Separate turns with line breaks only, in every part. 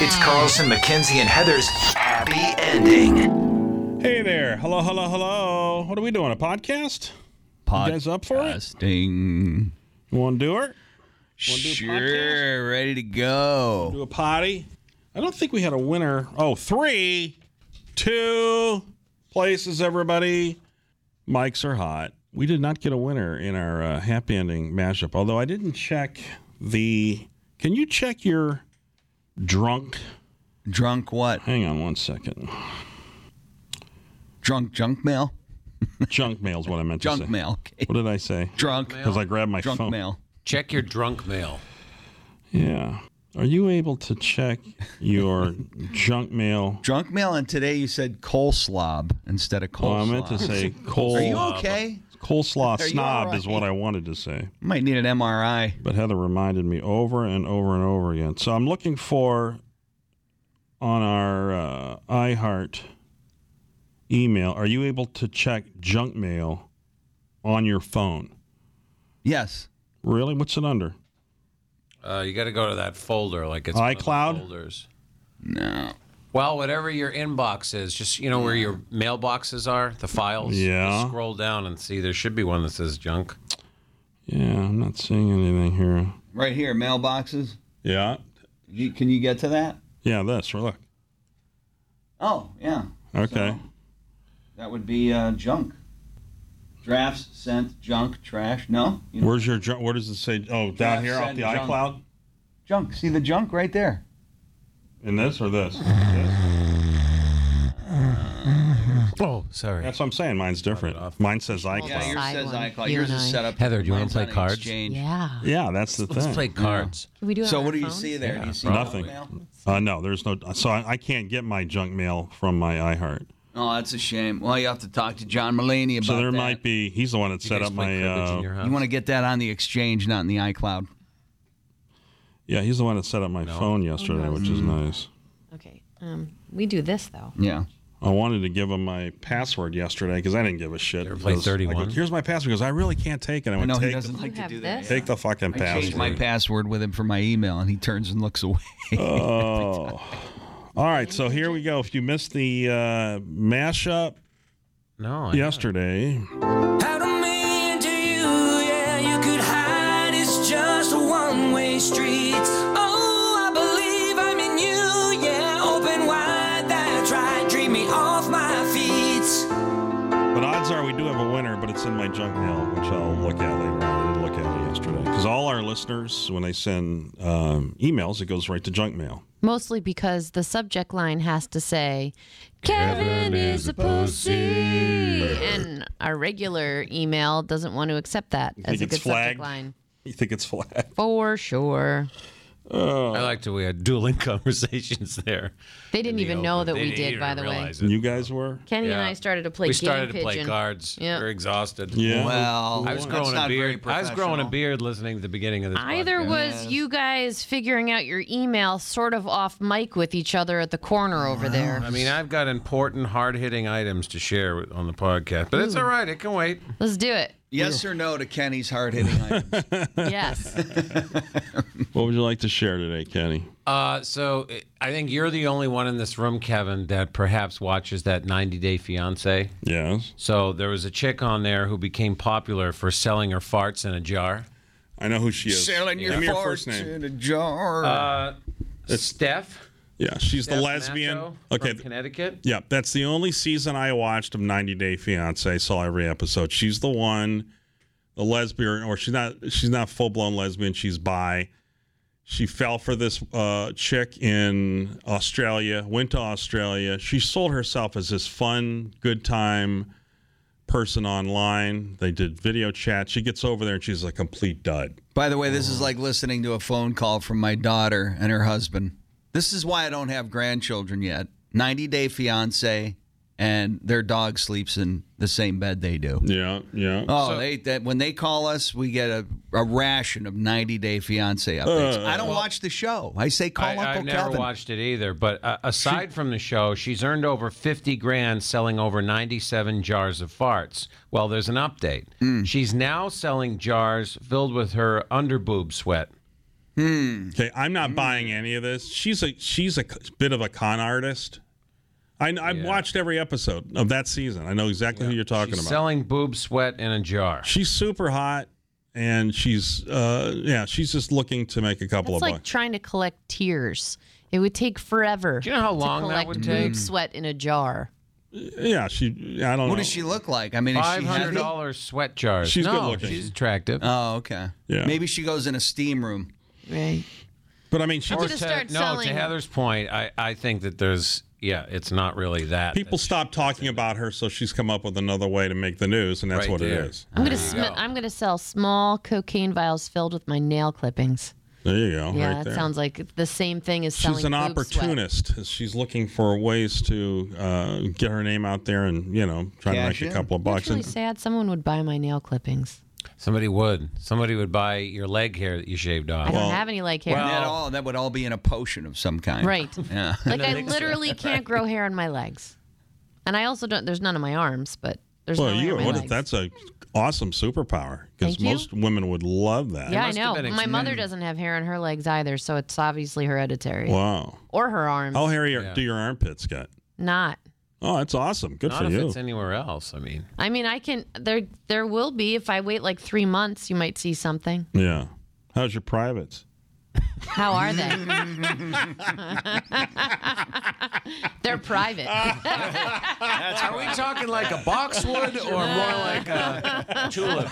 It's Carlson, McKenzie, and Heather's happy ending.
Hey there. Hello, hello, hello. What are we doing? A podcast?
Podcasting.
guys up for it? You want to do it? do a
Sure, ready to
Do
go.
a potty? I don't think we had a winner. Oh, three, two places, everybody. Mics are hot. We did not get a winner in our uh, happy ending mashup, although I didn't check the. Can you check your drunk?
Drunk what?
Hang on one second.
Drunk junk mail?
Junk mail's what I meant to
Junk
say.
mail. Okay.
What did I say?
Drunk.
Because I grabbed my
Drunk
phone.
mail.
Check your drunk mail.
Yeah. Are you able to check your junk mail?
Drunk mail, and today you said coleslaw instead of coleslaw.
Oh, I meant to say coal.
Are you okay?
Coleslaw
Are you
snob
all
is what
right?
I wanted to say,
Might need an MRI.
but Heather reminded me over and over and over again. So I'm looking for on our uh, iHeart email. Are you able to check junk mail on your phone?
Yes.
Really? What's it under?
Uh, you got to go to that folder, like it's one of the
iCloud?
folders.
No.
Well, whatever your inbox is, just you know where your mailboxes are, the files.
Yeah.
Just scroll down and see. There should be one that says junk.
Yeah, I'm not seeing anything here.
Right here, mailboxes.
Yeah.
You, can you get to that?
Yeah, this. Look.
Oh, yeah.
Okay.
That would be uh, junk. Drafts, sent, junk, trash. No? You
Where's your junk? Where does it say? Oh, down
Draft
here off
send
the
junk.
iCloud.
Junk. See the junk right there.
In this or this? This?
Oh, sorry.
That's what I'm saying. Mine's different.
off.
Mine says
Yeah,
iCloud.
yours
Side
says
one.
iCloud.
You
Yours
and
is
I.
set up.
Heather, do you wanna
mine's
play
on
cards?
Exchange.
Yeah.
Yeah, that's the
Let's
thing.
play cards.
Can we do it
So
on
what
our
do you
phones?
see there? do you see
Nothing.
junk mail?
Uh, no, there's no. So I, I can't get my junk mail from my iHeart.
Oh, that's a shame. Well, you have to talk to John Mulaney about
So there
that.
might be. He's the one that set
You guys
up
play
my.
cribbage in your
Uh,
house?
You want to get that on the exchange, not in the iCloud.
yeah, he's the one that set up my phone
Oh,
yesterday, which is nice.
Okay. Um, we do this though.
Yeah.
I wanted to give him my password yesterday because I didn't give a shit.
ever play
because I go,
31?
Here's my password. He goes, I really can't take it. I
I
went,
know he
take,
doesn't
the,
like to
have
do that.
this?
take the fucking
I changed
password.
my password with him for my email, and he turns and looks away.
Oh. All right, so here we go. If you missed the uh, mashup
No. I
yesterday, But odds are we do have a winner, but it's in my junk mail, which I'll look at later on. I didn't look at it yesterday. Because all our listeners, when they send um, emails, it goes right to junk mail.
Mostly because the subject line has to say, Kevin is a pussy. And our regular email doesn't want to accept that as
think
a
it's
good
flagged?
subject line.
You think it's flat?
For sure.
I liked it. We had dueling conversations there.
They didn't
in the
even know
open.
that
They
we
didn't
did,
even
by the way.
realize it.
And you guys were?
Kenny and
Yeah.
I started to play
we
game
started to play
pigeon.
cards.
Yeah.
We're exhausted.
Yeah.
Well,
I was
that's
growing a
not very
beard. I was growing a
professional.
beard listening to the beginning of this.
Either
podcast.
was you guys figuring out your email sort of off mic with each other at the corner over there.
I mean, I've got important, hard-hitting items to share with- on the podcast, but it's all right. It can wait.
Let's do it.
Yes or no to Kenny's hard hitting items.
Yes.
What would you like to share today, Kenny?
Uh, so uh, I think you're the only one in this room, Kevin, that perhaps watches that 90 Day Fiance.
Yes.
So there was a chick on there who became popular for selling her farts in a jar.
I know who she is.
Selling your
Give me
farts
her first name. Uh,
in a jar.
Uh, Steph,
Yeah, she's the
Steph
lesbian.
Matto
okay.
from Connecticut.
Yeah, that's the only season I watched of 90 Day Fiance. Saw every episode. She's the one, the lesbian, or she's not. She's not full blown lesbian. She's bi. She fell for this uh, chick in Australia. Went to Australia. She sold herself as this fun, good time person online. They did video chat. She gets over there and she's a complete dud.
By the way, this is like listening to a phone call from my daughter and her husband. This is why I don't have grandchildren yet. 90 Day Fiance and their dog sleeps in the same bed they do.
Yeah, yeah.
Oh, they that when they call us, we get a, a ration of 90 Day Fiance updates. I don't watch the show. I say call
Uh, I,
Uncle
have never
Kevin.
watched it either, but uh, aside from the show, she's earned over 50 grand selling over 97 jars of farts. Well, there's an update.
Hmm.
She's now selling jars filled with her underboob sweat.
Okay, I'm not buying any of this. She's a she's a c- bit of a con artist. I, kn- I've watched every episode of that season. I know exactly who you're talking
She's
about.
selling boob sweat in a jar.
she's super hot, and she's uh yeah, she's just looking to make a couple
It's
of
like
bucks.
trying to collect tears. It would take forever.
Do you know how long
to
that
collect
would
boob
take?
sweat in a jar.
yeah, she. I don't know.
What does she look like? I mean, is she
Five hundred
heavy?
dollars sweat jars.
She's
no,
good-looking.
She's attractive.
Oh, okay.
Yeah.
Maybe she goes in a steam room.
Right.
But I mean, she
Or
just,
just start
no,
selling-
to Heather's point, I, I think that there's yeah, it's not really that.
people stopped talking about her, so she's come up with another way to make the news, and that's
Right
what
there.
it is.
I'm gonna sm- I'm gonna sell small cocaine vials filled with my nail clippings.
There you go.
Yeah,
right
that
there.
sounds like the same thing as selling.
She's an
boob sweat.
opportunist. She's looking for ways to uh, get her name out there and you know try
Cash
to make
in.
a couple of
It's
bucks.
really
And
sad. Someone would buy my nail clippings.
Somebody would. Somebody would buy your leg hair that you shaved off.
I don't have any like hair.
And that all that would all be in a potion of some kind.
Right.
Yeah.
Like I literally can't grow hair on my legs, and I also don't. There's none on my arms, but there's
well,
no hair
you
on my
what
legs.
if that's a awesome superpower because
Thank you.
most women would love that.
yeah, I
must have
know.
been
My mother
extreme.
doesn't have hair on her legs either, so it's obviously hereditary
Wow.
or her arms.
How hairy are do your armpits get?
Not.
Oh, that's awesome. Good
Not
for
if
you.
it's anywhere else. I mean,
I mean, I can. There, there will be. If I wait like three months, you might see something.
yeah. How's your privates?
How are they? They're private.
are we talking like a boxwood or more like a tulip?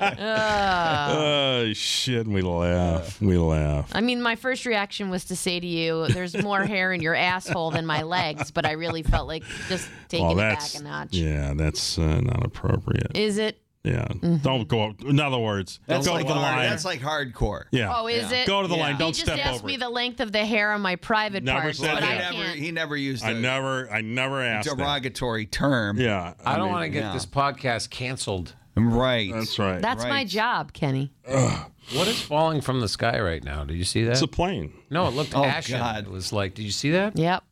Uh,
Oh shit! We laugh. We laugh.
I mean, my first reaction was to say to you, "There's more hair in your asshole than my legs," but I really felt like just taking
Oh,
it back
that's
a notch.
yeah. That's uh, not appropriate.
Is it?
Yeah.
Mm-hmm.
Don't go. up- In other words,
That's
go
like,
to the
hard-
line.
that's like hardcore.
yeah.
Oh, is it?
Go to the
Yeah.
line.
He
Don't
just
step
asked
over
me
it.
the length of the hair on my private
Never
parts,
said
but
that.
I
He never,
can't.
he never used
I
a
never, I never asked. That.
derogatory term.
Yeah,
I don't want to get
yeah.
this podcast canceled.
Right.
That's right.
That's my
Right.
job, Kenny.
What is falling from the sky right now? Did you see that?
it's a plane.
no, it looked
Oh,
ashen.
God.
It was like, did you see that?
Yep.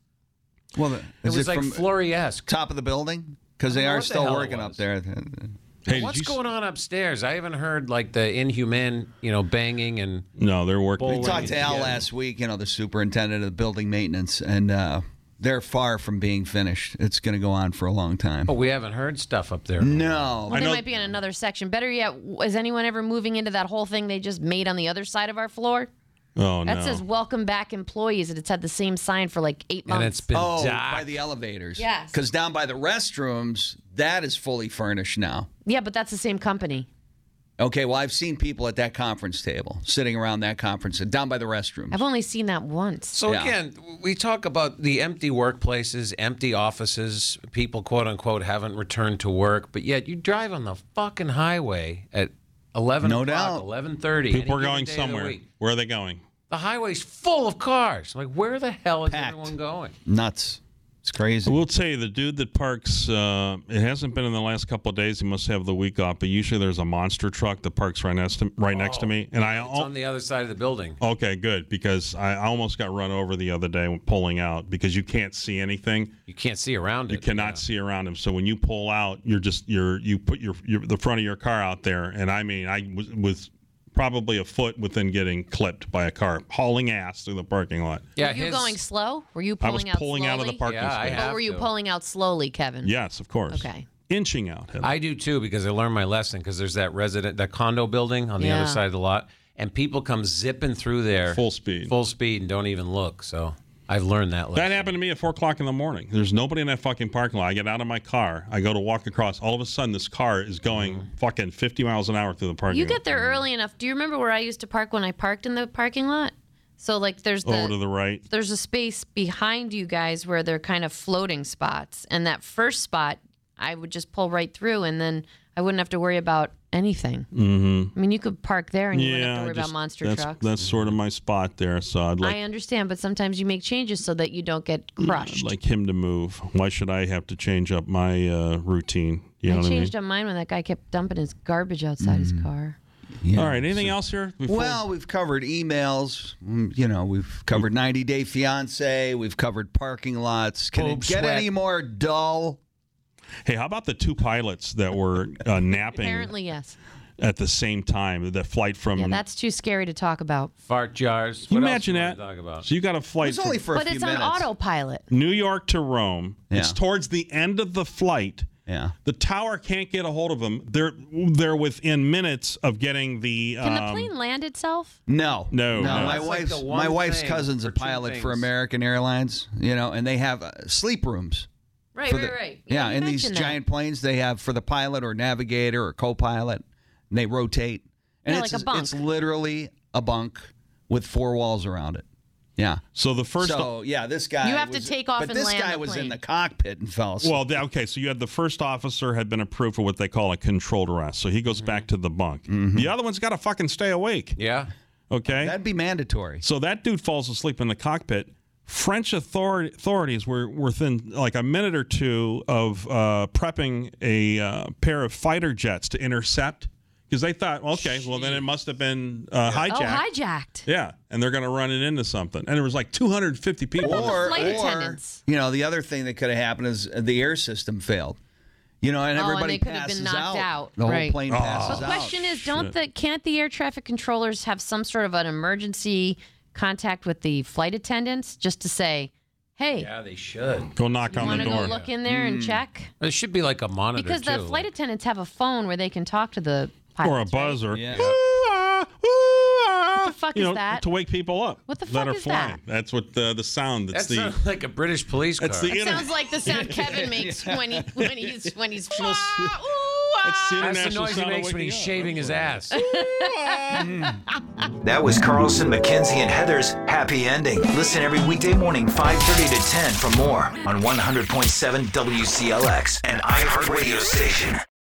well, the-
It
is
was like
from
Fleury-esque.
top of the building because they
know
are
what the
still
hell it
working up
was.
there.
Hey,
What's going on upstairs? I haven't heard like the inhumane, you know, banging and
No, they're working.
Bull-
We talked to Al last week. You know, the superintendent of the building maintenance, and uh, they're far from being finished. It's going to go on for a long time.
oh, we haven't heard stuff up there.
No,
Well, they
know-
might be in another section. Better yet, w- is anyone ever moving into that whole thing they just made on the other side of our floor?
Oh no.
That says "Welcome back, employees," and it's had the same sign for like eight months.
And it's been
Oh,
dark.
by the elevators.
Yes.
Because down by the restrooms, that is fully furnished now.
yeah, but that's the same company.
Okay, well, I've seen people at that conference table sitting around that conference and down by the restrooms.
I've only seen that once.
So
Yeah.
again, we talk about the empty workplaces, empty offices, people quote unquote haven't returned to work, but yet you drive on the fucking highway at eleven
No
o'clock,
doubt.
eleven thirty.
people are going somewhere.
The,
Where are they going?
highway's full of cars. Like where the hell is
Packed.
everyone going?
Nuts. It's crazy.
We'll tell you the dude that parks. Uh, it hasn't been in the last couple of days. He must have the week off. But usually there's a monster truck that parks right next to right next to me, and I
Oh. It's on the other side of the building.
Okay, good because I almost got run over the other day when pulling out because you can't see anything.
You can't see around it.
You cannot see around him. So when you pull out, you're just you're you put your, your the front of your car out there, and I mean I was, was probably a foot within getting clipped by a car hauling ass through the parking lot.
Yeah,
were you
his-
going slow? Were you
I
pulling
was
out
pulling
slowly?
out of the parking
Yeah, I
space.
have
Or were you
to.
pulling out slowly, Kevin?
Yes, of course.
Okay.
Inching out. Heather.
I do too because I learned my lesson because there's that resident, that condo building on the
Yeah.
other side of the lot, and people come zipping through there
Full speed.
full speed, and don't even look. So I've learned that lesson.
That happened to me at four o'clock in the morning. There's nobody in that fucking parking lot. I get out of my car. I go to walk across. All of a sudden, this car is going
Mm-hmm.
fucking 50 miles an hour through the parking
You
lot.
get there early enough. Do you remember where I used to park when I parked in the parking lot? So like there's the,
Over Oh, to the right.
there's a space behind you guys where they're kind of floating spots. And that first spot I would just pull right through and then I wouldn't have to worry about anything. Mm-hmm. I mean, you could park there and you wouldn't have to
I
worry
just-
about monster
that's,
trucks.
That's sort of my spot there. So I'd
I
like
understand, but sometimes you make changes so that you don't get crushed.
like him to move. Why should I have to change up my uh, routine? You know
I
what I mean? Mm-hmm.
changed on mine when that guy kept dumping his garbage outside his car.
All right. Anything else here? before-
Well, we've covered emails. mm, You know, we've covered 90 Day Fiance. We've covered parking lots. Can
Boob
it get
sweat.
any more dull?
hey, how about the two pilots that were uh, napping
Apparently, yes.
at the same time? The flight from.
Yeah, that's too scary to talk about.
Fart jars.
Can you
What else
imagine
do
that?
wanna Talk about?
So you got a
It
flight.
was only
from
for a
But
few
it's on
minutes.
autopilot.
New York to Rome. It's
Yeah.
towards the end of the flight.
Yeah.
The tower can't get a hold of them. They're they're within minutes of getting the.
Can the
um,
plane land itself?
No,
No, no.
My
That's
like
wife's
the one
my wife's
thing
cousin's a
for two
pilot for
things.
American Airlines. You know, and they have uh, sleep rooms.
Right,
for
right,
the-
right.
Yeah,
you
in these
mentioned that.
giant planes, they have for the pilot or navigator or co-pilot, and they rotate. And
Yeah,
it's
like a bunk.
it's literally a bunk with four walls around it. Yeah.
So the first.
so yeah, this guy.
You have to
was-
take off
But
and
this
land
guy
the
was in
plane.
the cockpit and fell asleep.
Well, the, okay, so you had the first officer had been approved for what they call a controlled arrest, so he goes
Mm-hmm.
back to the bunk. The other one's got to fucking stay awake,
Yeah.
okay?
that'd be mandatory.
so that dude falls asleep in the cockpit. French author- authorities were within like a minute or two of uh, prepping a uh, pair of fighter jets to intercept because they thought, okay, well then it must have been uh, hijacked.
Oh, hijacked.
yeah, and they're going to run it into something. And there was like 250 people. in
Or,
flight
or
attendants?
you know, the other thing that could have happened is uh, the air system failed. You know, and
Oh, and
everybody
they could have
passes
been knocked out.
The whole
Right.
plane passes
The
out.
question is, don't the can't the air traffic controllers have some sort of an emergency contact with the flight attendants just to say, "Hey,
Yeah, they should.
Go knock on
want
the
to go
door.
look in there and check?"
It should be like a monitor
Because
too.
the flight attendants have a phone where they can talk to the pilots,
or a
right?
buzzer.
Yeah.
Ooh-ah, ooh-ah,
What the fuck
ah. you
is
know,
that?
To wake people up.
What the
that
fuck
are
is
flying. That's what uh, the, the sound. That's,
That's
the.
not like a British police car.
That's the
It
internet.
sounds like the sound Kevin makes when he when he's when he's "Ah, ooh,
That's the
ah."
That's the
international
noise he
sound of
makes when
waking
he's
up.
shaving his ass.
That was Carlson, McKenzie, and Heather's Happy Ending. Listen every weekday morning, 5.30 to 10 for more on 100.7 WCLX and iHeartRadio station.